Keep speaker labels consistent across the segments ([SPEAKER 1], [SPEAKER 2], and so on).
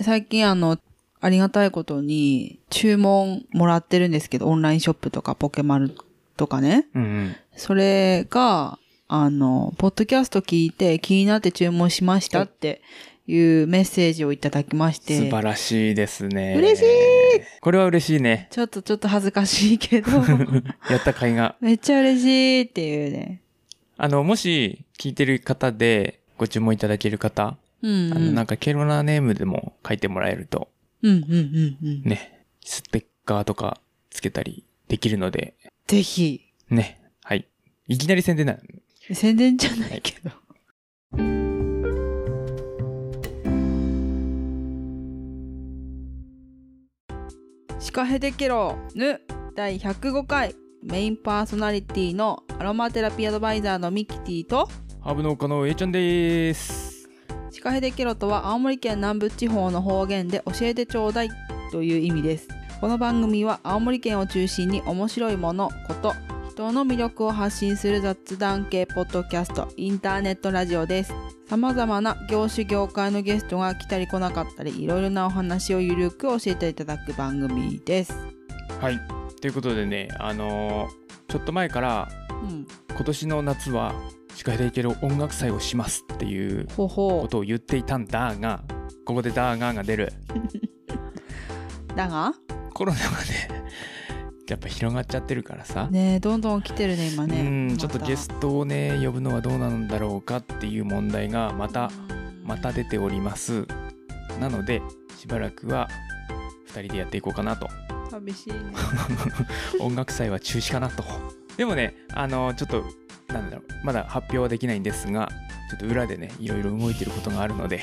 [SPEAKER 1] 最近あの、ありがたいことに注文もらってるんですけど、オンラインショップとかポケマルとかね。
[SPEAKER 2] うんうん。
[SPEAKER 1] それが、あの、ポッドキャスト聞いて気になって注文しましたっていうメッセージをいただきまし
[SPEAKER 2] 素
[SPEAKER 1] て、
[SPEAKER 2] 晴らしいですね。
[SPEAKER 1] 嬉しい
[SPEAKER 2] これは嬉しいね。
[SPEAKER 1] ちょっとちょっと恥ずかしい けど、
[SPEAKER 2] やった甲斐 が。
[SPEAKER 1] めっちゃ嬉しいっていうね。
[SPEAKER 2] あの、もし聞いてる方でご注文いただける方、
[SPEAKER 1] うん、う
[SPEAKER 2] あの、
[SPEAKER 1] ん。
[SPEAKER 2] なんかケロナネームでも書いてもらえると、
[SPEAKER 1] うんうんうんうん。
[SPEAKER 2] ね、ステッカーとかつけたりできるので、
[SPEAKER 1] ぜひ、
[SPEAKER 2] ね、はい。いきなり宣伝なの。
[SPEAKER 1] 宣伝じゃないけど。シカヘデケロヌ第105回メインパーソナリティのアロマテラピーアドバイザーのミキティと
[SPEAKER 2] ハーブ農家の A ちゃんでーす。
[SPEAKER 1] シカヘデケロとは青森県南部地方の方言で教えてちょうだいという意味ですこの番組は青森県を中心に面白いものこと人の魅力を発信する雑談系ポッドキャストインターネットラジオですさまざまな業種業界のゲストが来たり来なかったりいろいろなお話をゆるく教えていただく番組です
[SPEAKER 2] はい。ということでね、あのーちょっと前から、
[SPEAKER 1] うん
[SPEAKER 2] 今年の夏は、司会でいける音楽祭をしますっていう
[SPEAKER 1] ほ
[SPEAKER 2] こ
[SPEAKER 1] ほ
[SPEAKER 2] とを言っていたんだが、ここでだーがーが出る。
[SPEAKER 1] うだが
[SPEAKER 2] コロナがね、 やっぱ広がっちゃってるからさ。
[SPEAKER 1] ねえどんどん来てるね今ね
[SPEAKER 2] うん、ちょっとゲストをね、呼ぶのはどうなんだろうかっていう問題がまた、また出ております。なので、しばらくは2人でやっていこうかなと。
[SPEAKER 1] 寂しいね
[SPEAKER 2] 音楽祭は中止かなと。でもね、あのちょっと、なんだろう、まだ発表はできないんですが、ちょっと裏でね、いろいろ動いてることがあるので、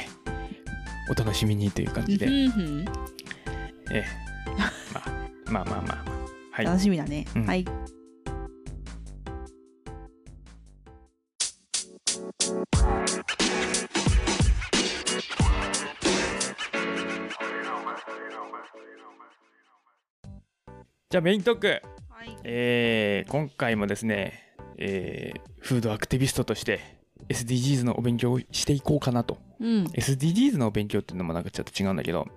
[SPEAKER 2] お楽しみにという感じで、
[SPEAKER 1] うんふん
[SPEAKER 2] ええ、まあまあまあまあまあ、はい。
[SPEAKER 1] 楽しみだね、
[SPEAKER 2] うん
[SPEAKER 1] はい
[SPEAKER 2] じゃあメイントーク、
[SPEAKER 1] はい
[SPEAKER 2] えー今回もですね、えーフードアクティビストとして SDGs のお勉強をしていこうかなと。
[SPEAKER 1] うん、
[SPEAKER 2] SDGs のお勉強っていうのもなんかちょっと違うんだけど、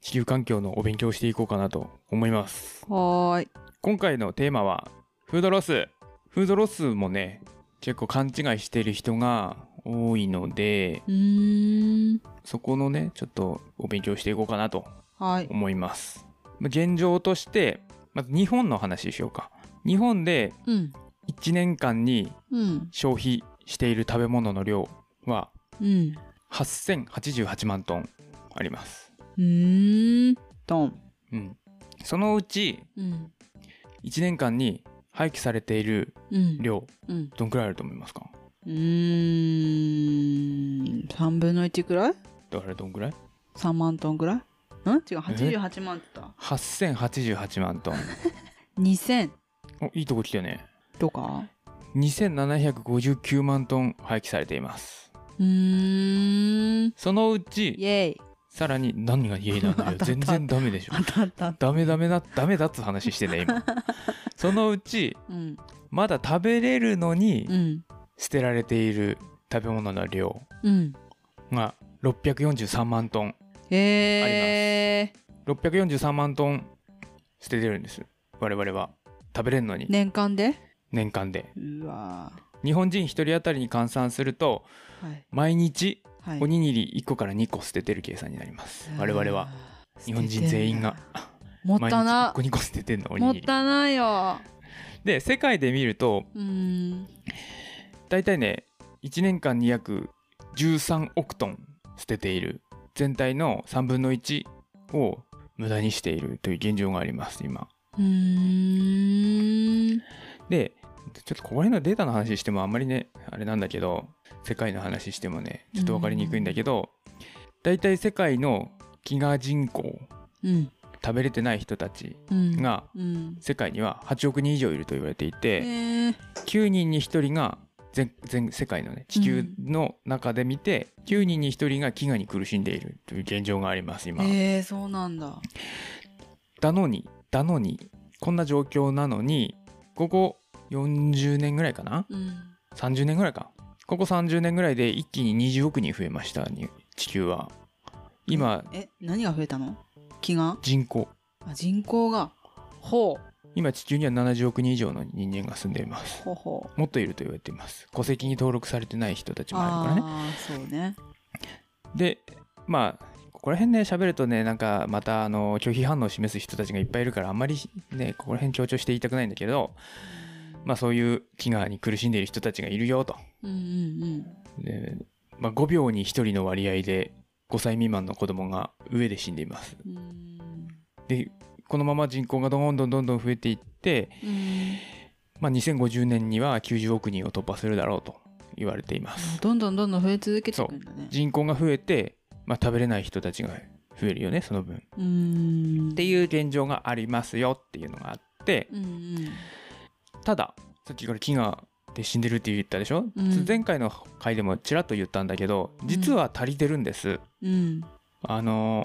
[SPEAKER 2] 地球環境のお勉強をしていこうかなと思います。
[SPEAKER 1] はーい。
[SPEAKER 2] 今回のテーマはフードロスフードロスもね結構勘違いしてる人が多いので
[SPEAKER 1] うーん。
[SPEAKER 2] そこのねちょっとお勉強していこうかなと
[SPEAKER 1] はい。
[SPEAKER 2] 思いますまあ現状としてまず日本の話しようか日本で
[SPEAKER 1] うん。
[SPEAKER 2] 1年間に
[SPEAKER 1] うん。
[SPEAKER 2] 消費している食べ物の量は
[SPEAKER 1] うん。
[SPEAKER 2] 8088万トンあります
[SPEAKER 1] うーん。ドン。
[SPEAKER 2] うんそのうち
[SPEAKER 1] うん。
[SPEAKER 2] 1年間に廃棄されている
[SPEAKER 1] うん。
[SPEAKER 2] 量
[SPEAKER 1] うん。
[SPEAKER 2] どんくらいあると思いますか
[SPEAKER 1] うーん。3分の1くらい
[SPEAKER 2] だからどんくらい
[SPEAKER 1] ?3 万トンくらいん違う、88万って言っ
[SPEAKER 2] 8088万 トン
[SPEAKER 1] た。2000
[SPEAKER 2] おいいとこ来たよね
[SPEAKER 1] とか
[SPEAKER 2] 2759万トン廃棄されています
[SPEAKER 1] うーん。
[SPEAKER 2] そのう
[SPEAKER 1] イ
[SPEAKER 2] ち
[SPEAKER 1] ェイ。
[SPEAKER 2] さらに何が家なん だよ全然ダメでしょ
[SPEAKER 1] 当たった。
[SPEAKER 2] ダメダメだダメだっつ話して ね今そのうち
[SPEAKER 1] うん。
[SPEAKER 2] まだ食べれるのに
[SPEAKER 1] うん。
[SPEAKER 2] 捨てられている食べ物の量
[SPEAKER 1] うん。
[SPEAKER 2] が643万トン
[SPEAKER 1] えー。
[SPEAKER 2] 643万トン捨ててるんです我々は食べれるのに
[SPEAKER 1] 年間で
[SPEAKER 2] 年間で
[SPEAKER 1] うわ
[SPEAKER 2] 日本人1人当たりに換算すると
[SPEAKER 1] ーはい。
[SPEAKER 2] 毎日
[SPEAKER 1] はい。
[SPEAKER 2] おにぎり1個から2個捨ててる計算になります我々は
[SPEAKER 1] あー
[SPEAKER 2] 日本人全員が
[SPEAKER 1] もったな
[SPEAKER 2] 毎日1個2個捨ててるの
[SPEAKER 1] も
[SPEAKER 2] おに
[SPEAKER 1] っ
[SPEAKER 2] ぎり
[SPEAKER 1] たないよ
[SPEAKER 2] で世界で見ると
[SPEAKER 1] うーん
[SPEAKER 2] 大体ね1年間に約13億トン捨てている全体の3分の1を無駄にしているという現状があります今
[SPEAKER 1] うーん
[SPEAKER 2] でちょっとここら辺のデータの話してもあんまりねあれなんだけど世界の話してもねちょっと分かりにくいんだけど大体世界の飢餓人口
[SPEAKER 1] うん
[SPEAKER 2] 食べれてない人たち
[SPEAKER 1] うん
[SPEAKER 2] が
[SPEAKER 1] うん
[SPEAKER 2] 世界には8億人以上いると言われていて、
[SPEAKER 1] えー
[SPEAKER 2] 9人に1人が全全世界のね地球の中で見て、9人に1人が飢餓に苦しんでいるという現状があります今、
[SPEAKER 1] えーそうなんだ
[SPEAKER 2] だのにだのにこんな状況なのにここ40年ぐらいかな
[SPEAKER 1] うん
[SPEAKER 2] 30年ぐらいかここ30年ぐらいで一気に20億人増えましたに地球は今
[SPEAKER 1] え何が増えたの気が
[SPEAKER 2] 人口
[SPEAKER 1] あ人口がほう
[SPEAKER 2] 今地球には70億人以上の人間が住んでいます
[SPEAKER 1] ほうほう
[SPEAKER 2] もっといると言われています戸籍に登録されてない人たちもあるからね
[SPEAKER 1] ああそうね
[SPEAKER 2] でまあここら辺ね喋るとねなんかまたあの拒否反応を示す人たちがいっぱいいるからあんまりねここら辺強調して言いたくないんだけどまあそういう飢餓に苦しんでいる人たちがいるよと
[SPEAKER 1] うんうんうん
[SPEAKER 2] で、まあ、5秒に1人の割合で5歳未満の子供が上で死んでいます
[SPEAKER 1] うーん
[SPEAKER 2] でこのまま人口がどんどんどんどん増えていって、
[SPEAKER 1] うーん
[SPEAKER 2] まあ、2050年には90億人を突破するだろうと言われています
[SPEAKER 1] どんどんどんどん増え続けていくんだね
[SPEAKER 2] 人口が増えて、まあ、食べれない人たちが増えるよねその分
[SPEAKER 1] うーん
[SPEAKER 2] っていう現状がありますよっていうのがあって
[SPEAKER 1] うんうん
[SPEAKER 2] たださっきから飢餓で死んでるって言ったでしょ、
[SPEAKER 1] うん
[SPEAKER 2] 前回の回でもちらっと言ったんだけど実は足りてるんです、
[SPEAKER 1] うん
[SPEAKER 2] あの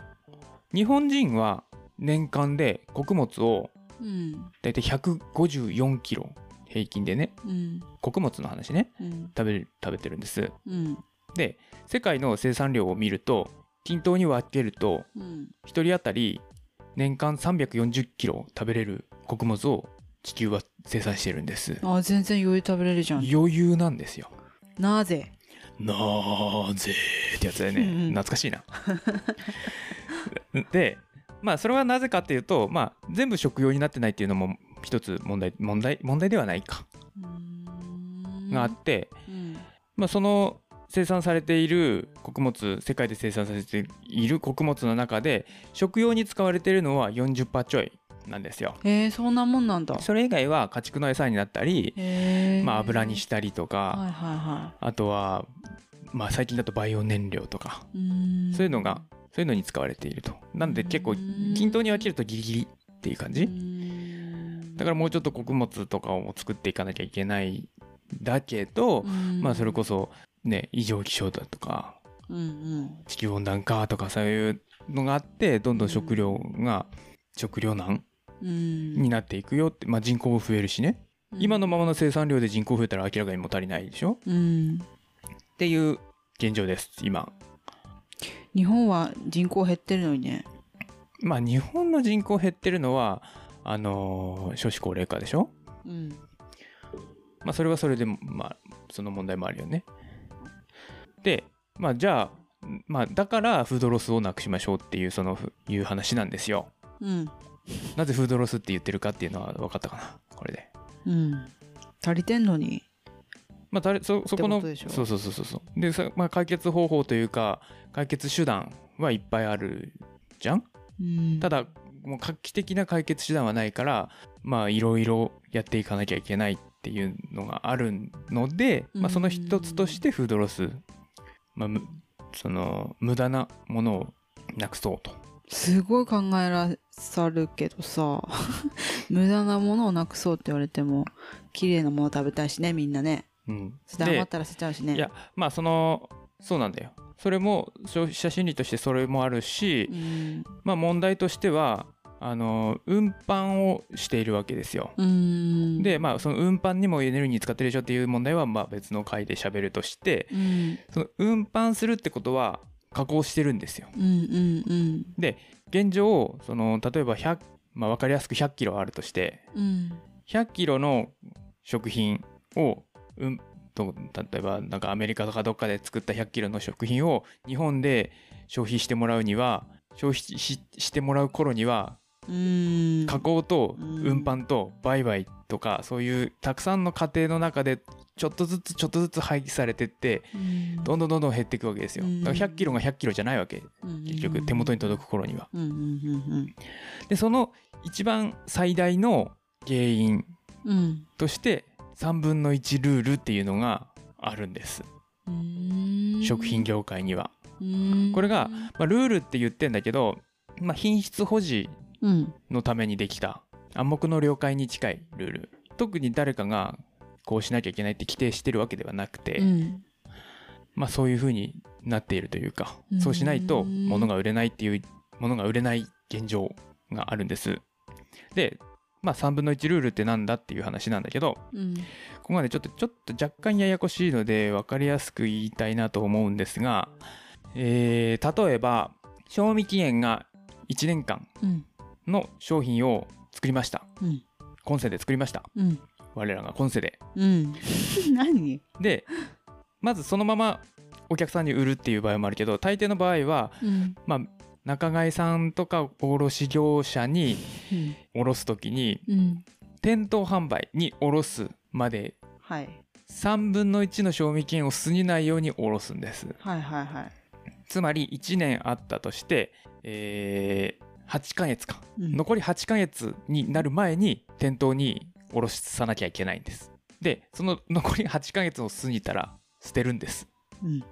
[SPEAKER 2] 日本人は年間で穀物を
[SPEAKER 1] うん
[SPEAKER 2] 大体154キロ平均でね
[SPEAKER 1] うん
[SPEAKER 2] 穀物の話ね
[SPEAKER 1] うん
[SPEAKER 2] 食べる食べてるんです
[SPEAKER 1] うん
[SPEAKER 2] で世界の生産量を見ると均等に分けると
[SPEAKER 1] うん
[SPEAKER 2] 1人当たり年間340キロ食べれる穀物を地球は生産してるんです
[SPEAKER 1] あ全然余裕食べれるじゃん
[SPEAKER 2] 余裕なんですよ
[SPEAKER 1] なぜ
[SPEAKER 2] なーぜーってやつだよね
[SPEAKER 1] うんうん
[SPEAKER 2] 懐かしいなでまあそれはなぜかっていうとまあ全部食用になってないっていうのも一つ問題問題問題ではないか
[SPEAKER 1] うーん
[SPEAKER 2] があって、
[SPEAKER 1] うん
[SPEAKER 2] まあその生産されている穀物世界で生産されている穀物の中で食用に使われているのは40%ちょいなんですよ
[SPEAKER 1] えー、そんなもんなんだ
[SPEAKER 2] それ以外は家畜の餌になったり、
[SPEAKER 1] へえ
[SPEAKER 2] まあ、油にしたりと
[SPEAKER 1] た
[SPEAKER 2] か、
[SPEAKER 1] はいはいは
[SPEAKER 2] あとは、まあ、最近だとバイオ燃料とか
[SPEAKER 1] いうーん
[SPEAKER 2] そういうのがそういうのに使われているとなんで結構
[SPEAKER 1] うん
[SPEAKER 2] 均等に分けるとギリギリっていう感
[SPEAKER 1] う
[SPEAKER 2] じ
[SPEAKER 1] ーん
[SPEAKER 2] だからもうちょっと穀物とかを作っていかなきゃいけないだけど、
[SPEAKER 1] うん
[SPEAKER 2] まあそれこそね異常気象だとか
[SPEAKER 1] うんうん
[SPEAKER 2] 地球温暖化とかそういうのがあってどんどん食料が食糧難
[SPEAKER 1] うん
[SPEAKER 2] になっていくよって、まあ、人口も増えるしね今のままの生産量で人口増えたら明らかにもう足りないでしょ
[SPEAKER 1] うん
[SPEAKER 2] っていう現状です今
[SPEAKER 1] 日本は人口減ってるのにね
[SPEAKER 2] まあ日本の人口減ってるのはあのー少子高齢化でしょ
[SPEAKER 1] うん
[SPEAKER 2] まあそれはそれでまあその問題もあるよねでまあじゃあまあだからフードロスをなくしましょうっていうそのふいう話なんですよ
[SPEAKER 1] うん
[SPEAKER 2] なぜフードロスって言ってるかっていうのは分かったかなこれで
[SPEAKER 1] うん足りてんのに
[SPEAKER 2] まあ、誰そそこ
[SPEAKER 1] っ
[SPEAKER 2] の
[SPEAKER 1] てことでしょ
[SPEAKER 2] そうそうそうそうそうでさ、まあ、解決方法というか解決手段はいっぱいあるじゃん
[SPEAKER 1] うん
[SPEAKER 2] ただもう画期的な解決手段はないからまあいろいろやっていかなきゃいけないっていうのがあるので、まあ、その一つとしてフードロス、まあ、むその無駄なものをなくそうと
[SPEAKER 1] すごい考えらさるけどさ無駄なものをなくそうって言われても綺麗なもの食べたいしねみんなね
[SPEAKER 2] うん
[SPEAKER 1] それで余ったら捨てちゃうしね
[SPEAKER 2] いやまあそのそうなんだよそれも消費者心理としてそれもあるし、
[SPEAKER 1] うん
[SPEAKER 2] まあ、問題としてはあの運搬をしているわけですよ。
[SPEAKER 1] うん
[SPEAKER 2] でまあその運搬にもエネルギー使ってるでしょっていう問題はまあ別の回で喋るとして
[SPEAKER 1] うん
[SPEAKER 2] その運搬するってことは加工してるんですよ。
[SPEAKER 1] うんうんうん
[SPEAKER 2] 現状その例えば100、まあ、分かりやすく1 0 0キロあるとして
[SPEAKER 1] うん
[SPEAKER 2] 1 0 0キロの食品を、うん、と例えばなんかアメリカとかどっかで作った1 0 0キロの食品を日本で消費してもらうには消費しししてもらう頃には
[SPEAKER 1] うん
[SPEAKER 2] 加工と
[SPEAKER 1] うん
[SPEAKER 2] 運搬と売買とかそういうたくさんの過程の中でちょっとずつちょっとずつ廃棄されてって
[SPEAKER 1] うん
[SPEAKER 2] どんどんどんどん減っていくわけですよ
[SPEAKER 1] うん
[SPEAKER 2] だから100キロが100キロじゃないわけ結局手元に届く頃には
[SPEAKER 1] うんうんうん
[SPEAKER 2] でその一番最大の原因
[SPEAKER 1] うんうん
[SPEAKER 2] として3分の1ルールっていうのがあるんです
[SPEAKER 1] うん
[SPEAKER 2] 食品業界には、
[SPEAKER 1] うん
[SPEAKER 2] これがまあ、ルールって言ってんだけど、まあ、品質保持
[SPEAKER 1] うん
[SPEAKER 2] のためにできた暗黙の了解に近いルール特に誰かがこうしなきゃいけないって規定してるわけではなくて、
[SPEAKER 1] うん
[SPEAKER 2] まあそういう風になっているというか、
[SPEAKER 1] うん
[SPEAKER 2] そうしないと物が売れないっていう物が売れない現状があるんですでまあ3分の1ルールってなんだっていう話なんだけど
[SPEAKER 1] うん
[SPEAKER 2] ここまでちょっとちょっと若干ややこしいので分かりやすく言いたいなと思うんですが、えー例えば賞味期限が1年間
[SPEAKER 1] うん
[SPEAKER 2] の商品を作りました
[SPEAKER 1] うん
[SPEAKER 2] 今世で作りました
[SPEAKER 1] うん
[SPEAKER 2] 我らが今世で
[SPEAKER 1] うん何
[SPEAKER 2] でまずそのままお客さんに売るっていう場合もあるけど大抵の場合は
[SPEAKER 1] うん
[SPEAKER 2] まあ仲買さんとか卸業者に
[SPEAKER 1] うん
[SPEAKER 2] 卸す時に
[SPEAKER 1] うん
[SPEAKER 2] 店頭販売に卸すまで
[SPEAKER 1] はい
[SPEAKER 2] 3分の1の賞味期限を過ぎないように卸すんです
[SPEAKER 1] はいはいはい
[SPEAKER 2] つまり1年あったとして、えー8ヶ月か、
[SPEAKER 1] うん
[SPEAKER 2] 残り8ヶ月になる前に店頭に卸さなきゃいけないんですでその残り8ヶ月を過ぎたら捨てるんです
[SPEAKER 1] うん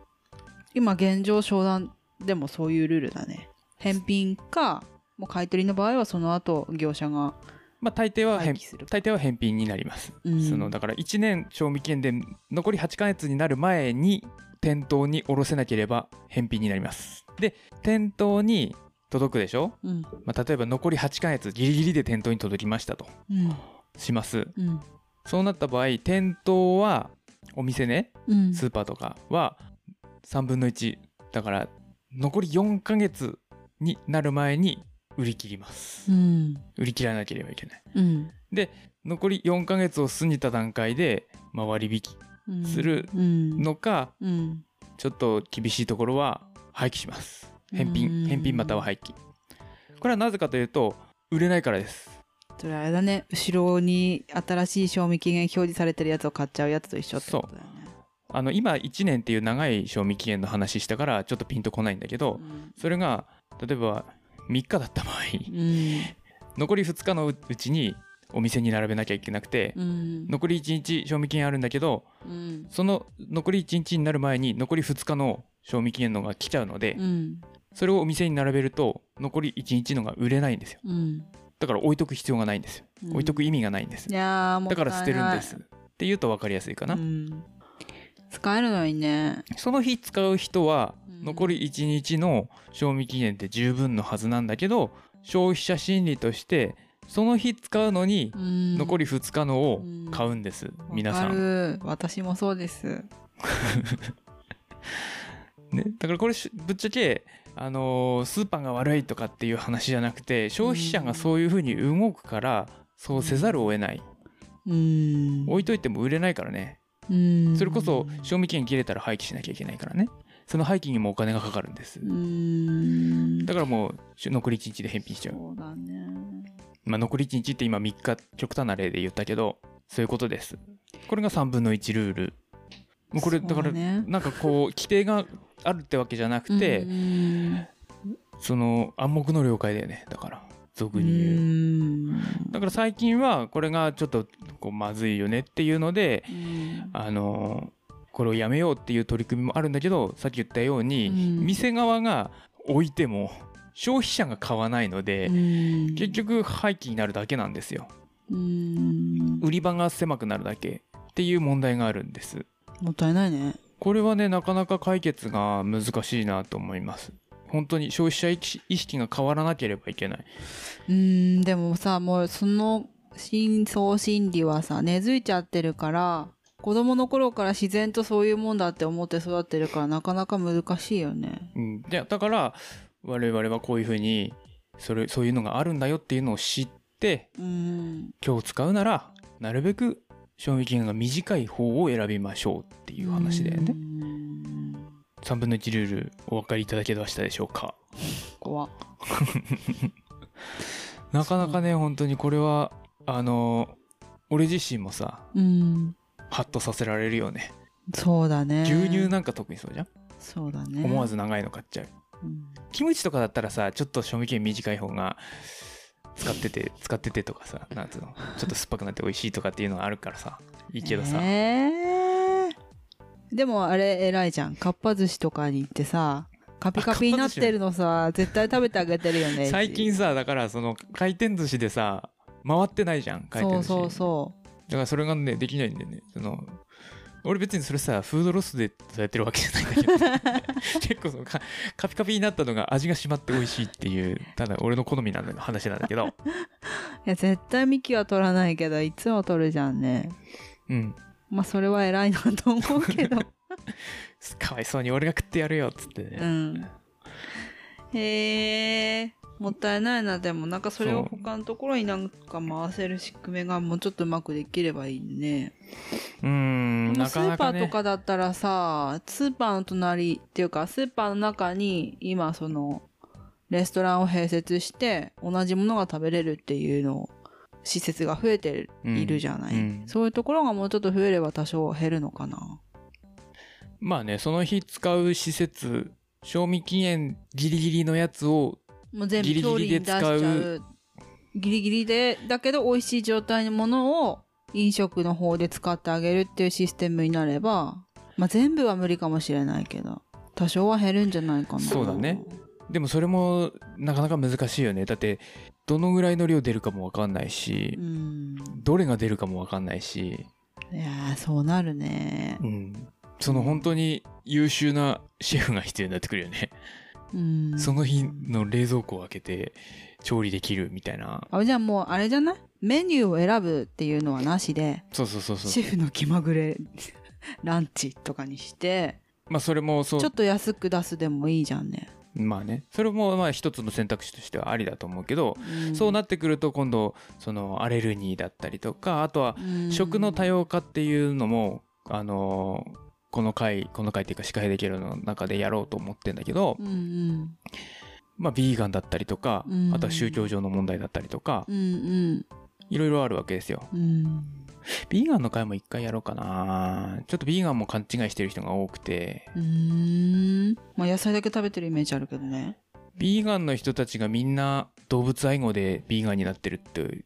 [SPEAKER 1] 今現状商談でもそういうルールだね返品かもう買い取りの場合はその後業者が
[SPEAKER 2] まあ大抵は
[SPEAKER 1] 廃
[SPEAKER 2] 返
[SPEAKER 1] 棄する
[SPEAKER 2] 大抵は返品になります、
[SPEAKER 1] うん
[SPEAKER 2] そのだから1年賞味期限で残り8ヶ月になる前に店頭に卸せなければ返品になりますで店頭に届くでしょ、
[SPEAKER 1] うん
[SPEAKER 2] まあ、例えば残り8ヶ月ギリギリで店頭に届きましたと
[SPEAKER 1] うん
[SPEAKER 2] します
[SPEAKER 1] うん
[SPEAKER 2] そうなった場合店頭はお店ね
[SPEAKER 1] うん
[SPEAKER 2] スーパーとかは3分の1だから残り4ヶ月になる前に売り切ります
[SPEAKER 1] うん
[SPEAKER 2] 売り切らなければいけない
[SPEAKER 1] うん
[SPEAKER 2] 残り4ヶ月を過ぎた段階で、まあ、割引
[SPEAKER 1] うん
[SPEAKER 2] する
[SPEAKER 1] うん
[SPEAKER 2] のか
[SPEAKER 1] うん
[SPEAKER 2] ちょっと厳しいところは廃棄します返
[SPEAKER 1] うん
[SPEAKER 2] 品返品または廃棄これはなぜかというと売れないからです
[SPEAKER 1] それあれだね後ろに新しい賞味期限表示されてるやつを買っちゃうやつと一緒ってことだよね
[SPEAKER 2] あの今1年っていう長い賞味期限の話したからちょっとピンとこないんだけどそれが例えば3日だった場合
[SPEAKER 1] うん
[SPEAKER 2] 残り2日のうちにお店に並べなきゃいけなくて
[SPEAKER 1] うん
[SPEAKER 2] 残り1日賞味期限あるんだけど
[SPEAKER 1] うん
[SPEAKER 2] その残り1日になる前に残り2日の賞味期限のが来ちゃうので
[SPEAKER 1] うん
[SPEAKER 2] それをお店に並べると残り1日のが売れないんですよ
[SPEAKER 1] うん
[SPEAKER 2] だから置いとく必要がないんですよ
[SPEAKER 1] うん
[SPEAKER 2] 置いとく意味がないんです
[SPEAKER 1] いやーもっ
[SPEAKER 2] だ
[SPEAKER 1] た
[SPEAKER 2] か
[SPEAKER 1] いない
[SPEAKER 2] ら捨てるんですって言うと分かりやすいかな
[SPEAKER 1] うん使えるのにね
[SPEAKER 2] その日使う人は
[SPEAKER 1] うん
[SPEAKER 2] 残り1日の賞味期限って十分のはずなんだけど消費者心理としてその日使うのに残
[SPEAKER 1] 残
[SPEAKER 2] り2日のを買うんです、皆さん、
[SPEAKER 1] 私もそうです
[SPEAKER 2] ね、だからこれしぶっちゃけ、あのースーパーが悪いとかっていう話じゃなくて消費者がそういうふうに動くからそうせざるを得ない
[SPEAKER 1] うん
[SPEAKER 2] 置いといても売れないからね
[SPEAKER 1] うん
[SPEAKER 2] それこそ賞味期限切れたら廃棄しなきゃいけないからねその廃棄にもお金がかかるんです
[SPEAKER 1] うん
[SPEAKER 2] だからもうし残り1日で返品しちゃう
[SPEAKER 1] そうだね
[SPEAKER 2] まあ、残り1日って今3日極端な例で言ったけどそういうことですこれが3分の1ルールもうこれだから、
[SPEAKER 1] そうね
[SPEAKER 2] なんかこう規定があるってわけじゃなくて、
[SPEAKER 1] うん
[SPEAKER 2] その暗黙の了解だよねだから俗に言う、
[SPEAKER 1] うん
[SPEAKER 2] だから最近はこれがちょっとこうまずいよねっていうので
[SPEAKER 1] うん
[SPEAKER 2] あのこれをやめようっていう取り組みもあるんだけどさっき言ったように、
[SPEAKER 1] うん
[SPEAKER 2] 店側が置いても消費者が買わないので、
[SPEAKER 1] うん
[SPEAKER 2] 結局廃棄になるだけなんですよ
[SPEAKER 1] うん
[SPEAKER 2] 売り場が狭くなるだけっていう問題があるんです
[SPEAKER 1] もったいないね
[SPEAKER 2] これはねなかなか解決が難しいなと思います本当に消費者意識意識が変わらなければいけない
[SPEAKER 1] うんでもさもうその深層心理はさ根付いちゃってるから子供の頃から自然とそういうもんだって思って育ってるからなかなか難しいよね。
[SPEAKER 2] うん、でだから我々はこういうふうにそれそういうのがあるんだよっていうのを知って
[SPEAKER 1] うん
[SPEAKER 2] 今日使うならなるべく賞味期限が短い方を選びましょうっていう話だよね
[SPEAKER 1] うん
[SPEAKER 2] 3分の1ルールお分かりいただけましたでしょうか
[SPEAKER 1] 怖っ
[SPEAKER 2] なかなかね本当にこれはあの俺自身もさ
[SPEAKER 1] うん
[SPEAKER 2] ハッとさせられるよね
[SPEAKER 1] そうだね。
[SPEAKER 2] 牛乳なんか特にそうじゃん、
[SPEAKER 1] そうだね。
[SPEAKER 2] 思わず長いの買っちゃう
[SPEAKER 1] うん
[SPEAKER 2] キムチとかだったらさちょっと賞味期限短い方が使ってて使っててとかさなんつうのちょっと酸っぱくなって美味しいとかっていうのがあるからさいいけどさ、
[SPEAKER 1] えーでもあれ偉いじゃん。かっぱ寿司とかに行ってさカピカピになってるのさ絶対食べてあげてるよね。
[SPEAKER 2] 最近さだからその回転寿司でさ回ってないじゃん回
[SPEAKER 1] そ
[SPEAKER 2] 転
[SPEAKER 1] う
[SPEAKER 2] 寿司
[SPEAKER 1] そうそう。
[SPEAKER 2] だからそれがねできないんだよねその俺別にそれさフードロスでやってるわけじゃないんだけど 結構そのかカピカピになったのが味が締まって美味しいっていうただ俺の好みなんだ話なんだ けど
[SPEAKER 1] いや絶対ミキは取らないけどいつも取るじゃんね
[SPEAKER 2] うん
[SPEAKER 1] まあそれは偉いなと思う けど
[SPEAKER 2] かわいそうに俺が食ってやるよっつって
[SPEAKER 1] う
[SPEAKER 2] ね、
[SPEAKER 1] んへえもったいないなでもなんかそれを
[SPEAKER 2] そう
[SPEAKER 1] 他のところになんか回せる仕組みがもうちょっとうまくできればいいね
[SPEAKER 2] うーん
[SPEAKER 1] でも
[SPEAKER 2] な
[SPEAKER 1] ス
[SPEAKER 2] か
[SPEAKER 1] ー
[SPEAKER 2] な
[SPEAKER 1] パ
[SPEAKER 2] か、
[SPEAKER 1] ー
[SPEAKER 2] ね、
[SPEAKER 1] とかだったらさスーパーの隣っていうかスーパーの中に今そのレストランを併設して同じものが食べれるっていうのを施設が増えて
[SPEAKER 2] うん
[SPEAKER 1] いるじゃない、
[SPEAKER 2] うん
[SPEAKER 1] そういうところがもうちょっと増えれば多少は減るのかな
[SPEAKER 2] まあねその日使う施設賞味期限ギリギリのやつを
[SPEAKER 1] もう全
[SPEAKER 2] ギ
[SPEAKER 1] 部
[SPEAKER 2] リ
[SPEAKER 1] 調
[SPEAKER 2] ギ
[SPEAKER 1] 理
[SPEAKER 2] リ
[SPEAKER 1] に
[SPEAKER 2] で
[SPEAKER 1] 出しちゃ
[SPEAKER 2] 使う
[SPEAKER 1] うギリギリでだけど美味しい状態のものを飲食の方で使ってあげるっていうシステムになれば、まあ、全部は無理かもしれないけど多少は減るんじゃないかな
[SPEAKER 2] そうだねでもそれもなかなか難しいよねだってどのぐらいの量出るかもわかんないし
[SPEAKER 1] う、ん
[SPEAKER 2] どれが出るかもわかんないし、
[SPEAKER 1] いやーそうなるね
[SPEAKER 2] うん、その本当に優秀なシェフが必要になってくるよね、
[SPEAKER 1] うん
[SPEAKER 2] その日の冷蔵庫を開けて調理できるみたいな
[SPEAKER 1] あじゃあもうあれじゃないメニューを選ぶっていうのはなしで
[SPEAKER 2] そうそうそうそ
[SPEAKER 1] シ
[SPEAKER 2] う
[SPEAKER 1] ェフの気まぐれ ランチとかにして
[SPEAKER 2] まあそれもそう
[SPEAKER 1] ちょっと安く出すでもいいじゃんね、
[SPEAKER 2] まあねそれもまあ一つの選択肢としてはありだと思うけど、
[SPEAKER 1] ん
[SPEAKER 2] そうなってくると今度そのアレルギーだったりとかあとは
[SPEAKER 1] うん
[SPEAKER 2] 食の多様化っていうのも、あのーこの回この回っていうか「司会できる」の中でやろうと思ってんだけど、
[SPEAKER 1] うんうん
[SPEAKER 2] まあビーガンだったりとか、
[SPEAKER 1] うん
[SPEAKER 2] あとは宗教上の問題だったりとか、
[SPEAKER 1] うん
[SPEAKER 2] いろいろあるわけですよ
[SPEAKER 1] うんうん
[SPEAKER 2] ビーガンの回も一回やろうかなちょっとビーガンも勘違いしてる人が多くて
[SPEAKER 1] うーんまあ野菜だけ食べてるイメージあるけどね
[SPEAKER 2] ビーガンの人たちがみんな動物愛護でビーガンになってるって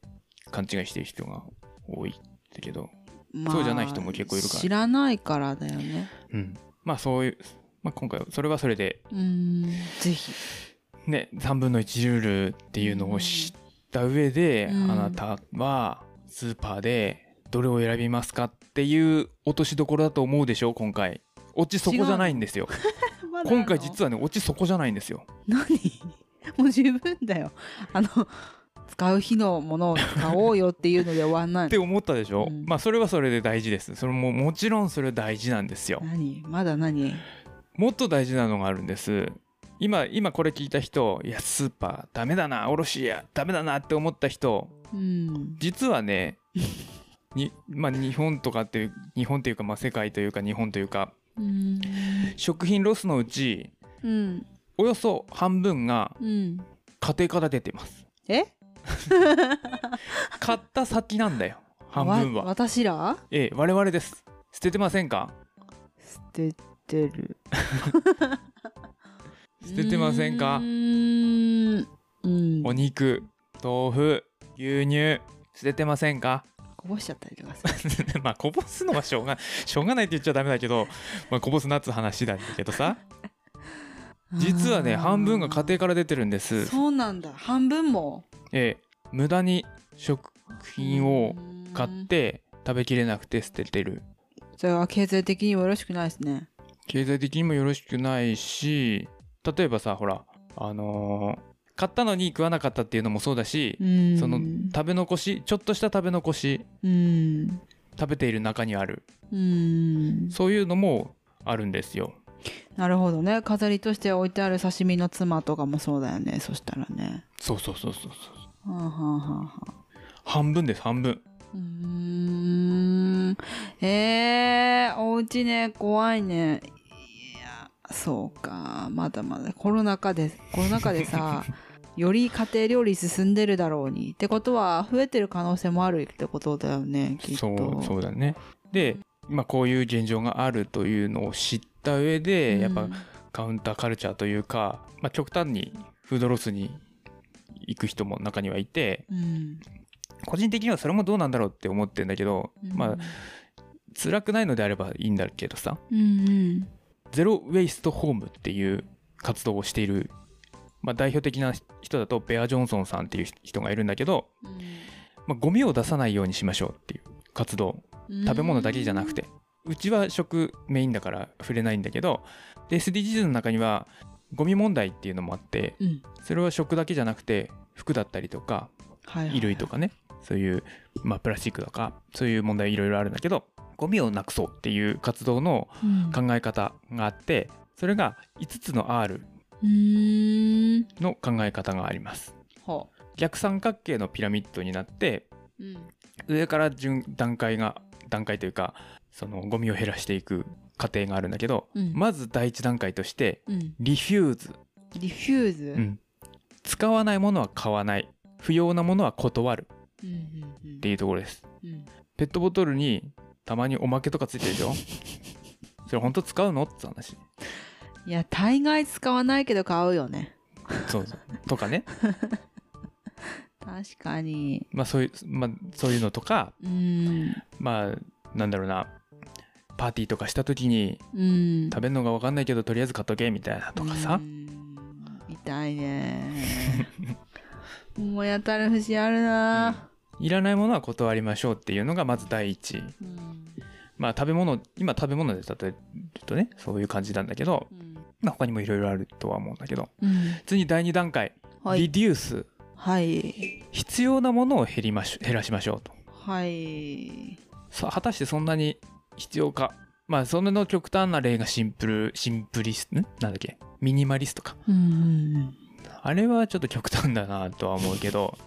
[SPEAKER 2] 勘違いしてる人が多いんだけど、
[SPEAKER 1] まあ
[SPEAKER 2] そうじゃない人も結構いるから
[SPEAKER 1] 知らないからだよね
[SPEAKER 2] うん、まあそういう、まあ、今回はそれはそれで
[SPEAKER 1] うーんぜひ
[SPEAKER 2] ね3分の1ルールっていうのを知った上で、
[SPEAKER 1] うん
[SPEAKER 2] あなたはスーパーでどれを選びますかっていう落としどころだと思うでしょ今回オチそこじゃない んですよ今回実
[SPEAKER 1] は
[SPEAKER 2] はねオチそこじゃないんですよ
[SPEAKER 1] 何 もう十分だよあの使う日のものを使おうよっていうので終わんな
[SPEAKER 2] っ
[SPEAKER 1] い
[SPEAKER 2] て思ったでしょ、
[SPEAKER 1] うん
[SPEAKER 2] まあそれはそれで大事ですそれももちろんそれは大事なんですよ
[SPEAKER 1] 何まだ何
[SPEAKER 2] もっと大事なのがあるんです今今これ聞いた人いやスーパーダメだな卸やダメだなって思った人
[SPEAKER 1] うん
[SPEAKER 2] 実 はねに、まあ、日本とかっていう日本というか、まあ、世界というか日本というか
[SPEAKER 1] うん
[SPEAKER 2] 食品ロスのうち
[SPEAKER 1] うん
[SPEAKER 2] およそ半分が
[SPEAKER 1] うん
[SPEAKER 2] 家庭から出てます
[SPEAKER 1] え
[SPEAKER 2] 買った先なんだよ半分
[SPEAKER 1] わ
[SPEAKER 2] は
[SPEAKER 1] 私ら
[SPEAKER 2] ええ我々です捨ててませんか
[SPEAKER 1] 捨ててる
[SPEAKER 2] 捨ててませんか
[SPEAKER 1] うーんうん
[SPEAKER 2] お肉豆腐牛乳捨ててませんか
[SPEAKER 1] こぼしちゃったりとかさ
[SPEAKER 2] まあこぼすのはしょうがしょうがないって言っちゃダメだけど、まあ、こぼすなっつう話なんだけどさ 実はね
[SPEAKER 1] あー
[SPEAKER 2] 半分が家庭から出てるんです
[SPEAKER 1] そうなんだ半分も
[SPEAKER 2] ええ無駄に食品を買
[SPEAKER 1] う
[SPEAKER 2] っ
[SPEAKER 1] ん
[SPEAKER 2] て食べきれなくて捨ててる
[SPEAKER 1] それは経済的にもよろしくないですね
[SPEAKER 2] 経済的にもよろしくないし例えばさほらあのー買ったのに食わなかったっていうのもそうだし、
[SPEAKER 1] うん
[SPEAKER 2] その食べ残しちょっとした食べ残し
[SPEAKER 1] うん
[SPEAKER 2] 食べている中にある
[SPEAKER 1] うん
[SPEAKER 2] そういうのもあるんですよ
[SPEAKER 1] なるほどね飾りとして置いてある刺身の妻とかもそうだよねそしたらね
[SPEAKER 2] そうそうそうそうそう
[SPEAKER 1] はあ、はあはあはあ、
[SPEAKER 2] 半分です半分
[SPEAKER 1] うーんえー、お家ね怖いねいやそうかまだまだコロナ禍でコロナ禍で さより家庭料理進んでるだろうにってことは増えてる可能性もあるってことだよねきっと
[SPEAKER 2] そうそうだねでまあこういう現状があるというのを知った上で、やっぱ
[SPEAKER 1] うん
[SPEAKER 2] カウンターカルチャーというか、まあ、極端にフードロスに行く人も中にはいて
[SPEAKER 1] うん
[SPEAKER 2] 個人的にはそれもどうなんだろうって思ってんだけど、まあ辛くないのであればいいんだけどさ
[SPEAKER 1] うん
[SPEAKER 2] ゼロ・ウェイスト・ホームっていう活動をしている、まあ、代表的な人だとベア・ジョンソンさんっていう人がいるんだけど、まあ、ゴミを出さないようにしましょうっていう活動
[SPEAKER 1] うん
[SPEAKER 2] 食べ物だけじゃなくてうちは食メインだから触れないんだけどで SDGs の中にはゴミ問題っていうのもあって
[SPEAKER 1] うん
[SPEAKER 2] それは食だけじゃなくて服だったりとか
[SPEAKER 1] はいはい
[SPEAKER 2] 衣類とかねそういう、まあ、プラスチックとかそういう問題いろいろあるんだけどゴミをなくそうっていう活動の
[SPEAKER 1] うん
[SPEAKER 2] 考え方があってそれが5つの R
[SPEAKER 1] うーん
[SPEAKER 2] の考え方があります
[SPEAKER 1] ほ
[SPEAKER 2] 逆三角形のピラミッドになって
[SPEAKER 1] ううん
[SPEAKER 2] 上から順段階が段階というかそのゴミを減らしていく過程があるんだけど、
[SPEAKER 1] うん
[SPEAKER 2] まず第一段階として
[SPEAKER 1] うん
[SPEAKER 2] リフューズ、
[SPEAKER 1] リフューズ
[SPEAKER 2] うん使わないものは買わない不要なものは断る
[SPEAKER 1] うんうんうん
[SPEAKER 2] っていうところです
[SPEAKER 1] うん
[SPEAKER 2] ペットボトルにたまにおまけとかついてるでしょ それ本当使うのって話
[SPEAKER 1] いや大概使わないけど買うよね
[SPEAKER 2] そうそうとかね、
[SPEAKER 1] 確かに
[SPEAKER 2] まあそういうまあ、そういうのとか
[SPEAKER 1] うん
[SPEAKER 2] まあなんだろうなパーティーとかした時に
[SPEAKER 1] うん
[SPEAKER 2] 食べるのが分かんないけどとりあえず買っとけみたいなとか
[SPEAKER 1] う
[SPEAKER 2] さ、
[SPEAKER 1] ん痛い ね思い当たる節あるない
[SPEAKER 2] らないものは断りましょうっていうのがまず第一
[SPEAKER 1] うん
[SPEAKER 2] まあ食べ物今食べ物で例えるとねそういう感じなんだけど、
[SPEAKER 1] うん
[SPEAKER 2] まあ、他にもいろいろあるとは思うんだけど
[SPEAKER 1] うん
[SPEAKER 2] 次に第2段階、
[SPEAKER 1] はい
[SPEAKER 2] リデュース
[SPEAKER 1] はい
[SPEAKER 2] 必要なものを減りまし減らしましょうと
[SPEAKER 1] はい
[SPEAKER 2] さ果たしてそんなに必要かまあそれの極端な例がシンプルシンプリスんなんだっけミニマリストか
[SPEAKER 1] うんうんうん
[SPEAKER 2] あれはちょっと極端だなとは思うけど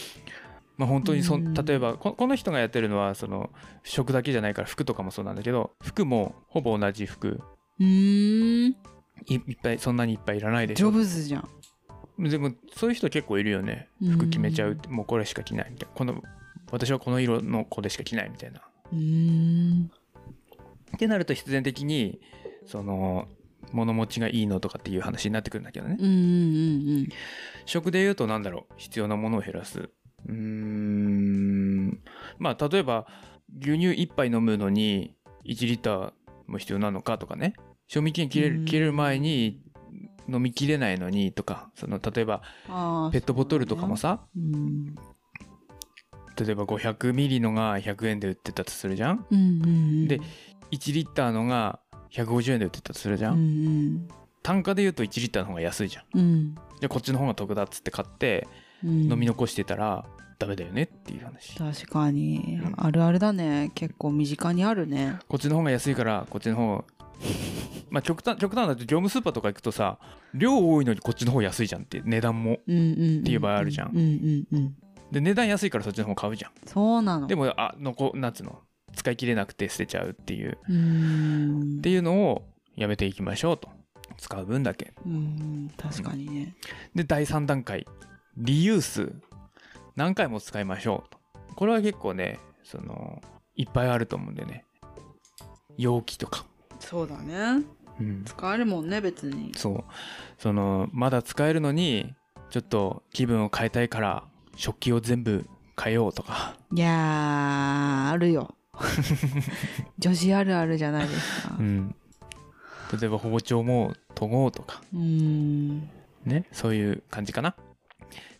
[SPEAKER 2] まあ本当にそ
[SPEAKER 1] うん
[SPEAKER 2] ん例えばここの人がやってるのはその食だけじゃないから服とかもそうなんだけど服もほぼ同じ服
[SPEAKER 1] うーん
[SPEAKER 2] いいっぱいそんなにいっぱいいらないでし
[SPEAKER 1] ジョ
[SPEAKER 2] ょ
[SPEAKER 1] ブズじゃん
[SPEAKER 2] でもそういう人結構いるよね服決めちゃうもうこれしか着ないみたいなこの私はこの色のこれしか着ないみたいな
[SPEAKER 1] うーん
[SPEAKER 2] ってなると必然的にその物持ちがいいのとかっていう話になってくるんだけどね、
[SPEAKER 1] うんうんうん
[SPEAKER 2] 食で言うとなんだろう必要なものを減らすうーんまあ例えば牛乳1杯飲むのに1リッターも必要なのかとかね賞味期限切れ
[SPEAKER 1] うん
[SPEAKER 2] る切れる前に飲みきれないのにとかその例えば
[SPEAKER 1] あー
[SPEAKER 2] ペットボトルとかもさ、
[SPEAKER 1] うん
[SPEAKER 2] 例えば500ミリのが100円で売ってたとするじゃん
[SPEAKER 1] うんうんうん
[SPEAKER 2] で1リッターのが150円で売ってたとするじゃ、
[SPEAKER 1] うんん
[SPEAKER 2] 単価で言うと1リッターの方が安いじゃん
[SPEAKER 1] うんうん
[SPEAKER 2] じゃあこっちの方が得だっつって買って
[SPEAKER 1] うん
[SPEAKER 2] 飲み残してたらダメだよねっていう話、
[SPEAKER 1] 確かに
[SPEAKER 2] うん
[SPEAKER 1] あるあるだね結構身近にあるね
[SPEAKER 2] こっちの方が安いからこっちの方まあ極端極端だと業務スーパーとか行くとさ量多いのにこっちの方安いじゃんって値段も
[SPEAKER 1] うんうんうんうん
[SPEAKER 2] っていう場合あるじゃん
[SPEAKER 1] うんうんうん
[SPEAKER 2] で値段安いからそっちの方買うじゃん
[SPEAKER 1] そうなの
[SPEAKER 2] でもあのこなんつうの使い切れなくて捨てちゃうっていう
[SPEAKER 1] うーん
[SPEAKER 2] っていうのをやめていきましょうと使う分だけ
[SPEAKER 1] うんうん確かにね
[SPEAKER 2] で第3段階リユース何回も使いましょうとこれは結構ねそのいっぱいあると思うんでね容器とか、
[SPEAKER 1] そうだね
[SPEAKER 2] うん、
[SPEAKER 1] 使えるもんね別に
[SPEAKER 2] そうそのまだ使えるのにちょっと気分を変えたいから食器を全部変えようとか
[SPEAKER 1] いやーある よ女子あるあるじゃないですか
[SPEAKER 2] うん例えば包丁も研ごうとか
[SPEAKER 1] うーん
[SPEAKER 2] ねそういう感じかな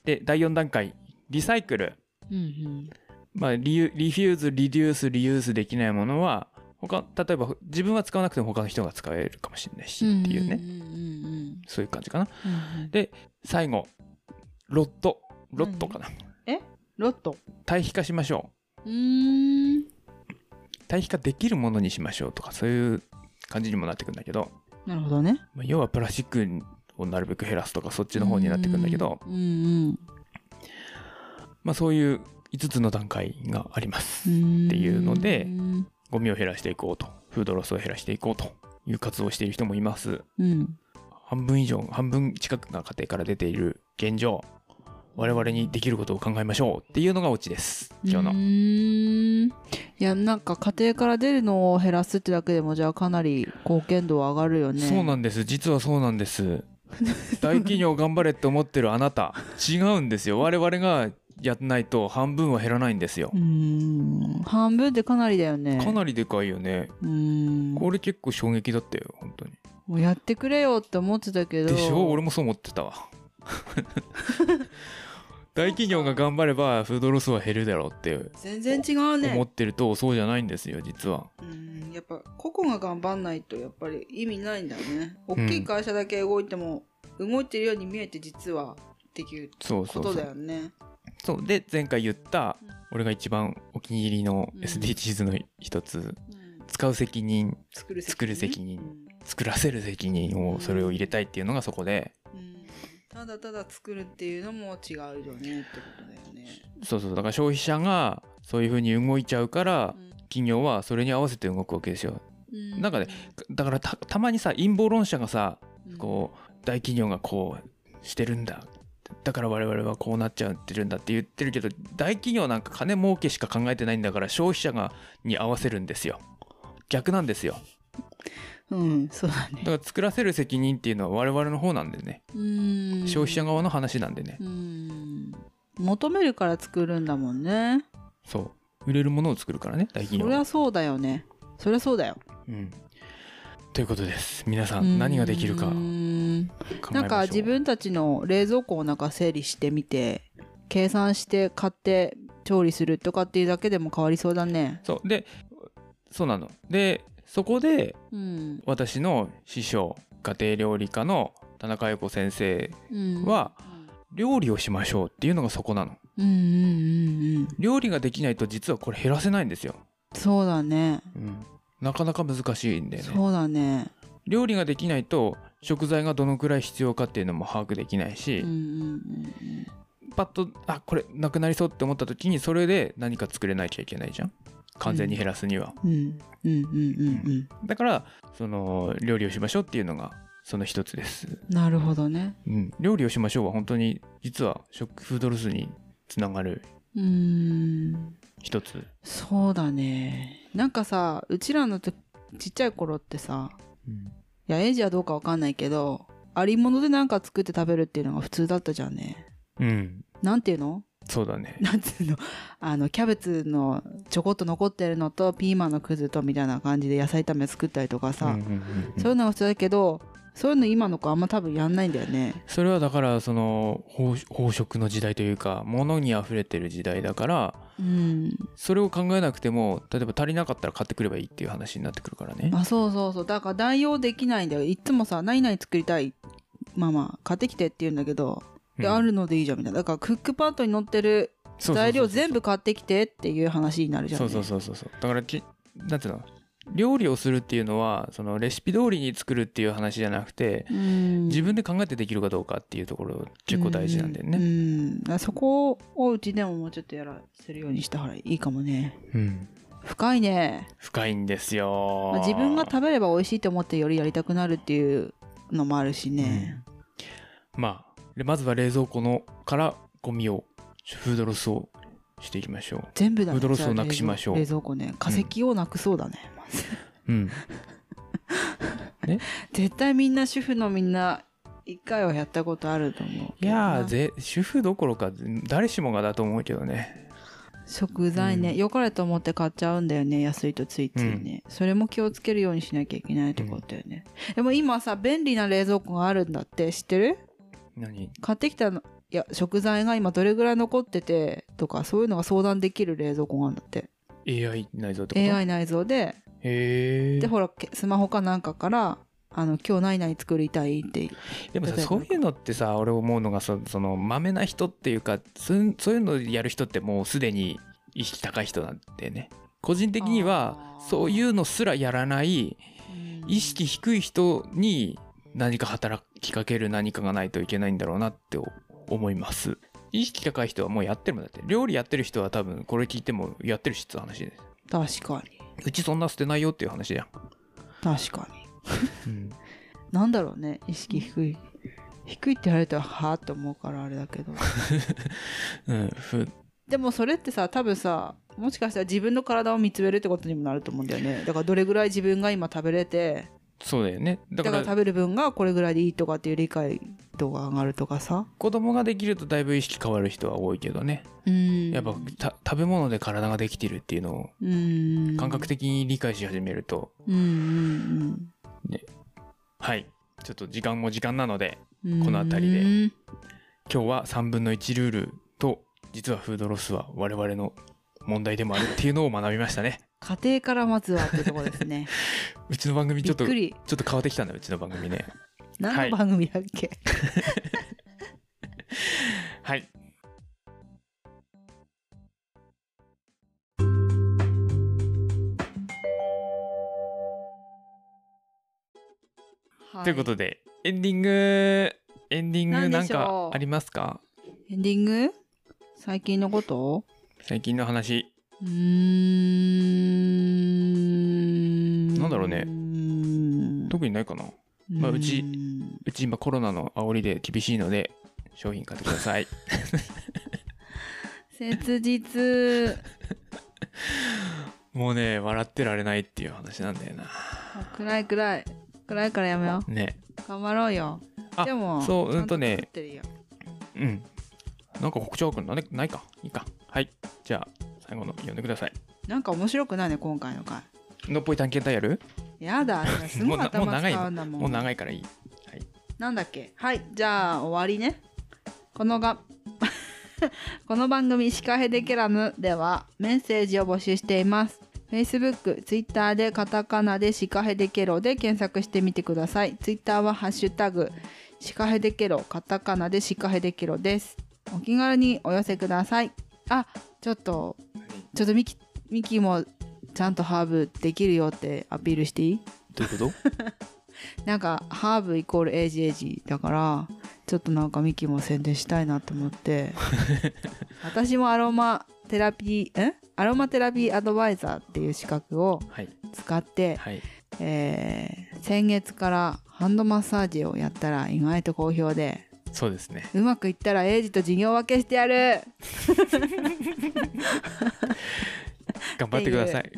[SPEAKER 2] で第4段階リサイクル
[SPEAKER 1] うんうん
[SPEAKER 2] まあ、リユリフューズリデュースリユースできないものは他例えば自分は使わなくても他の人が使えるかもしれないしっていうね、
[SPEAKER 1] んうんうんうん
[SPEAKER 2] そういう感じかな
[SPEAKER 1] うんうん
[SPEAKER 2] で最後ロットロットかな、
[SPEAKER 1] ロット
[SPEAKER 2] 対比化しましょ
[SPEAKER 1] うーん
[SPEAKER 2] う対比化できるものにしましょうとかそういう感じにもなってくんだけど、
[SPEAKER 1] なるほどね
[SPEAKER 2] まあ、要はプラスチックをなるべく減らすとかそっちの方になってくんだけど、
[SPEAKER 1] うんうん
[SPEAKER 2] まあ、そういう5つの段階があります、
[SPEAKER 1] うん
[SPEAKER 2] っていうので
[SPEAKER 1] うん
[SPEAKER 2] ゴミを減らしていこうとフードロスを減らしていこうという活動をしている人もいます
[SPEAKER 1] うん
[SPEAKER 2] 半分以上半分近くが家庭から出ている現状我々にできることを考えましょうっていうのがオチです
[SPEAKER 1] う
[SPEAKER 2] 今日の
[SPEAKER 1] ーんいやなんか家庭から出るのを減らすってだけでもじゃあかなり貢献度は上がるよね
[SPEAKER 2] そうなんです実はそうなんです 大企業頑張れって思ってるあなた違うんですよ我々がやんないと半分は減らないんですよ
[SPEAKER 1] うーん半分ってかなりだよね
[SPEAKER 2] かなりでかいよね
[SPEAKER 1] うーん
[SPEAKER 2] これ結構衝撃だったよ本当に
[SPEAKER 1] もうやってくれよって思ってたけど
[SPEAKER 2] でしょ俺もそう思って たわ大企業が頑張ればフードロスは減るだろうって
[SPEAKER 1] 全然違う
[SPEAKER 2] 思
[SPEAKER 1] ね
[SPEAKER 2] ってるとそうじゃないんですよ実は
[SPEAKER 1] うんやっぱ個々が頑張んないとやっぱり意味ないんだね大
[SPEAKER 2] ん
[SPEAKER 1] きい会社だけ動いても、動いてるように見えて実はできる
[SPEAKER 2] そう
[SPEAKER 1] こ
[SPEAKER 2] そうそ
[SPEAKER 1] と
[SPEAKER 2] う
[SPEAKER 1] だよね
[SPEAKER 2] そうで前回言った
[SPEAKER 1] うん
[SPEAKER 2] 俺が一番お気に入りの
[SPEAKER 1] うん
[SPEAKER 2] SDGs の一つ使う責任
[SPEAKER 1] 作る
[SPEAKER 2] 作る責任作らせる責任をそれを入れたいっていうのがそこで
[SPEAKER 1] うんうんただただ作るっていうのも違うよねってことだよね、
[SPEAKER 2] そうそうだから消費者がそういうふうに動いちゃうから企業はそれに合わせて動くわけですよ
[SPEAKER 1] うん
[SPEAKER 2] なんかねだからたたまにさ陰謀論者がさこう大企業がこうしてるんだだから我々はこうなっちゃってるんだって言ってるけど大企業なんか金儲けしか考えてないんだから消費者がに合わせるんですよ逆なんですよ
[SPEAKER 1] うん、うん、そうだ
[SPEAKER 2] だ
[SPEAKER 1] ね
[SPEAKER 2] から作らせる責任っていうのは我々の方なんでね
[SPEAKER 1] うん
[SPEAKER 2] 消費者側の話なんでね
[SPEAKER 1] うん求めるから作るんだもんね
[SPEAKER 2] そう売れるものを作るからね大企
[SPEAKER 1] そ
[SPEAKER 2] 業
[SPEAKER 1] り
[SPEAKER 2] は
[SPEAKER 1] ゃそうだよねそりゃそうだよ
[SPEAKER 2] うんということです皆さん何ができるか
[SPEAKER 1] う
[SPEAKER 2] 考え
[SPEAKER 1] ん
[SPEAKER 2] ましょう
[SPEAKER 1] なんか自分たちの冷蔵庫をなんか整理してみて計算して買って調理するとかっていうだけでも変わりそうだね。
[SPEAKER 2] そうでそうなのでそこで
[SPEAKER 1] うん
[SPEAKER 2] 私の師匠家庭料理家の田中英子先生
[SPEAKER 1] うん、
[SPEAKER 2] は料理をしましょうっていうのがそこなの
[SPEAKER 1] うんうんうんうん
[SPEAKER 2] 料理ができないと実はこれ減らせないんですよ、
[SPEAKER 1] そうだね
[SPEAKER 2] なかなか難しいんだよね
[SPEAKER 1] そうだね。
[SPEAKER 2] 料理ができないと食材がどのくらい必要かっていうのも把握できないし、
[SPEAKER 1] うんうん
[SPEAKER 2] パッとあこれなくなりそうって思った時にそれで何か作れなきゃいけないじゃん完全に減らすには、
[SPEAKER 1] うんうんうんうんうんうん
[SPEAKER 2] だからその料理をしましょうっていうのがその一つです
[SPEAKER 1] なるほどね。
[SPEAKER 2] うん、料理をしましょうは本当に実は食フードロスにつながる
[SPEAKER 1] うーん
[SPEAKER 2] 一つ、
[SPEAKER 1] そうだね。なんかさうちらのとちっちゃい頃ってさいやエイジはどうかわかんないけどありものでなんか作って食べるっていうのが普通だったじゃんね。
[SPEAKER 2] うん、
[SPEAKER 1] なんていうの
[SPEAKER 2] そうだね
[SPEAKER 1] なんつうのあのキャベツのちょこっと残ってるのとピーマンのくずとみたいな感じで野菜炒め作ったりとかさ、
[SPEAKER 2] うんうんうんうん
[SPEAKER 1] そういうのが普通だけどそういうの今の子あんま多分やんないんだよね。
[SPEAKER 2] それはだからその飽飽食の時代というか物に溢れてる時代だから
[SPEAKER 1] うん、
[SPEAKER 2] それを考えなくても例えば足りなかったら買ってくればいいっていう話になってくるからね
[SPEAKER 1] あそうそうそうだから代用できないんだよいつもさ「何々作りたいママ買ってきて」って言うんだけど「
[SPEAKER 2] う
[SPEAKER 1] で
[SPEAKER 2] ん
[SPEAKER 1] あるのでいいじゃん」みたいなだからクックパッドに載ってる
[SPEAKER 2] そうそうそうそう
[SPEAKER 1] 材料全部買ってきてっていう話になるじゃん、
[SPEAKER 2] そ
[SPEAKER 1] ね、
[SPEAKER 2] うそうそうそうそうだからきなんていうの料理をするっていうのはそのレシピ通りに作るっていう話じゃなくて
[SPEAKER 1] うん
[SPEAKER 2] 自分で考えてできるかどうかっていうところ結構大事なんだよ
[SPEAKER 1] う
[SPEAKER 2] ね。
[SPEAKER 1] んだからそこをうちでももうちょっとやらせるようにした方がいいかもね
[SPEAKER 2] うん
[SPEAKER 1] 深いね、
[SPEAKER 2] 深いんですよ
[SPEAKER 1] まあ、自分が食べれば美味しいと思ってよりやりたくなるっていうのもあるしね、
[SPEAKER 2] うんまあでまずは冷蔵庫のからゴミをフードロスをしていきましょ
[SPEAKER 1] 全部だね
[SPEAKER 2] フードロスをなくしましょう
[SPEAKER 1] じゃあ冷蔵庫冷蔵庫ね化石をなくそうだね、まず
[SPEAKER 2] ううん
[SPEAKER 1] 絶対みんな主婦のみんな一回はやったことあると思う
[SPEAKER 2] い
[SPEAKER 1] けどな
[SPEAKER 2] やーぜ主婦どころか誰しもがだと思うけどね
[SPEAKER 1] 食材ね、
[SPEAKER 2] うん
[SPEAKER 1] 良かれと思って買っちゃうんだよね安いとついついね、それも気をつけるようにしなきゃいけないってことよね、でも今さ便利な冷蔵庫があるんだって知ってる
[SPEAKER 2] 何
[SPEAKER 1] 買ってきたのいや食材が今どれぐらい残っててとかそういうのが相談できる冷蔵庫があるんだって
[SPEAKER 2] AI 内蔵ってこと
[SPEAKER 1] AI 内蔵で
[SPEAKER 2] へえ
[SPEAKER 1] でほらけスマホかなんかからあの今日何々作りたいって
[SPEAKER 2] でもさ
[SPEAKER 1] 例えば
[SPEAKER 2] そういうのってさ俺思うのがそそのまめな人っていうかそうそういうのやる人ってもうすでに意識高い人なんでね個人的には
[SPEAKER 1] あー
[SPEAKER 2] そういうのすらやらない意識低い人に何か働きかける何かがないといけないんだろうなって思います意識高い人はもうやってるもんだって料理やってる人は多分これ聞いてもやってるしって話で
[SPEAKER 1] 確かに
[SPEAKER 2] うちそんな捨てないよっていう話じゃん、
[SPEAKER 1] 確かになんだろうね意識低い低いって言われたらはあって思うからあれだけど
[SPEAKER 2] うんふ
[SPEAKER 1] でもそれってさ多分さもしかしたら自分の体を見つめるってことにもなると思うんだよねだからどれぐらい自分が今食べれて
[SPEAKER 2] そうだよね
[SPEAKER 1] だ
[SPEAKER 2] だか
[SPEAKER 1] から
[SPEAKER 2] ら
[SPEAKER 1] 食べる分がこれぐらいでいいとかっていう理解度が上がるとかさ
[SPEAKER 2] 子供ができるとだいぶ意識変わる人は多いけどね
[SPEAKER 1] うん
[SPEAKER 2] やっぱた食べ物で体ができてるっていうのを
[SPEAKER 1] うん
[SPEAKER 2] 感覚的に理解し始めると、
[SPEAKER 1] うんうん
[SPEAKER 2] はいちょっと時間も時間なので
[SPEAKER 1] うんうん
[SPEAKER 2] この辺りで
[SPEAKER 1] うん
[SPEAKER 2] 今日は3分の1ルールと実はフードロスは我々の問題でもあるっていうのを学びましたね
[SPEAKER 1] 家庭からまずはってとこですね
[SPEAKER 2] うちの番 組ち
[SPEAKER 1] びっ
[SPEAKER 2] ょっと
[SPEAKER 1] く
[SPEAKER 2] ちょ
[SPEAKER 1] り
[SPEAKER 2] っと変わってきたんだうちの番組ね
[SPEAKER 1] 何の番組だっけ、
[SPEAKER 2] はい ということでエンディングエンディング
[SPEAKER 1] 何
[SPEAKER 2] なん
[SPEAKER 1] でしょう
[SPEAKER 2] かありますか
[SPEAKER 1] エンディング最近のこと
[SPEAKER 2] 最近の話
[SPEAKER 1] うーん
[SPEAKER 2] なんだろうね
[SPEAKER 1] ん
[SPEAKER 2] 特にないかなまあうち
[SPEAKER 1] ん
[SPEAKER 2] うち今コロナの煽りで厳しいので商品買ってください
[SPEAKER 1] 切実
[SPEAKER 2] もうね笑ってられないっていう話なんだよな
[SPEAKER 1] あ暗い暗い暗いからやめよ
[SPEAKER 2] ね
[SPEAKER 1] う頑張ろうよ
[SPEAKER 2] あ
[SPEAKER 1] でも
[SPEAKER 2] そううんと
[SPEAKER 1] ちゃ
[SPEAKER 2] ね
[SPEAKER 1] 作ってるよ
[SPEAKER 2] うんなんか北朝君なんでないかいいかはいじゃあ最後の読んでください
[SPEAKER 1] なんか面白くないね今回の回
[SPEAKER 2] のっぽい探検隊やる
[SPEAKER 1] やだすごい頭
[SPEAKER 2] もうなもう長いの
[SPEAKER 1] 使うんだもん
[SPEAKER 2] もう長いからいい
[SPEAKER 1] なんだっけはいじゃあ終わりねこのが この番組「シカヘデケラム」ではメッセージを募集しています Facebook、Twitter でカタカナでシカヘデケロで検索してみてください Twitter は「ハッシュタグシカヘデケロ」カタカナでシカヘデケロですお気軽にお寄せくださいあちょっとちょっとミキミキもちゃんとハーブできるよってアピールしていい
[SPEAKER 2] どういう こと
[SPEAKER 1] なんかハーブイコールエイジエイジだからちょっとなんかミキも宣伝したいなと思って 私もアロマテラピーんアロマテラピーアドバイザーっていう資格を
[SPEAKER 2] はい
[SPEAKER 1] 使って、
[SPEAKER 2] はい
[SPEAKER 1] えー先月からハンドマッサージをやったら意外と好評で
[SPEAKER 2] そうですね
[SPEAKER 1] うまくいったらエイジと事業分けしてやる
[SPEAKER 2] 頑張ってください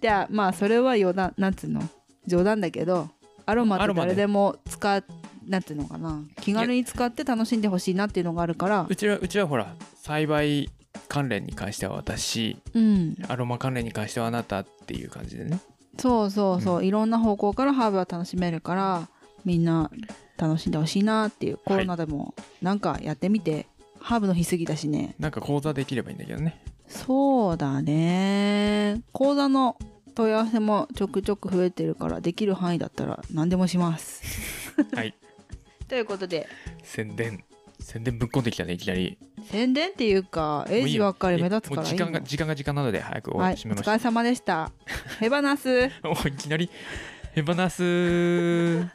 [SPEAKER 1] じゃあまあそれは余談なんつうの冗談だけどアロマっ
[SPEAKER 2] ア
[SPEAKER 1] て
[SPEAKER 2] ロマね
[SPEAKER 1] 誰でも使うなんていうのかな気軽に使って楽しんでほしいなっていうのがあるから
[SPEAKER 2] うちはうちはほら栽培関連に関しては私
[SPEAKER 1] うん
[SPEAKER 2] アロマ関連に関してはあなたっていう感じでね
[SPEAKER 1] そうそうそう、
[SPEAKER 2] う
[SPEAKER 1] いろんな方向からハーブは楽しめるからみんな楽しんでほしいなっていうコロナでもなんかやってみて、ハーブの日過ぎだしね
[SPEAKER 2] なんか講座できればいいんだけどね
[SPEAKER 1] そうだね講座の問い合わせもちょくちょく増えてるからできる範囲だったら何でもします。
[SPEAKER 2] はい
[SPEAKER 1] ということで
[SPEAKER 2] 宣伝宣伝ぶっこんできたねいきなり
[SPEAKER 1] 宣伝っていうかエイジばっかり目立つからいい
[SPEAKER 2] もう時間
[SPEAKER 1] の
[SPEAKER 2] が時間が時間なので早く終わ
[SPEAKER 1] は
[SPEAKER 2] っ
[SPEAKER 1] いお
[SPEAKER 2] てしま いました、
[SPEAKER 1] 疲れ様でした。ヘバナス
[SPEAKER 2] もういきなりへばなす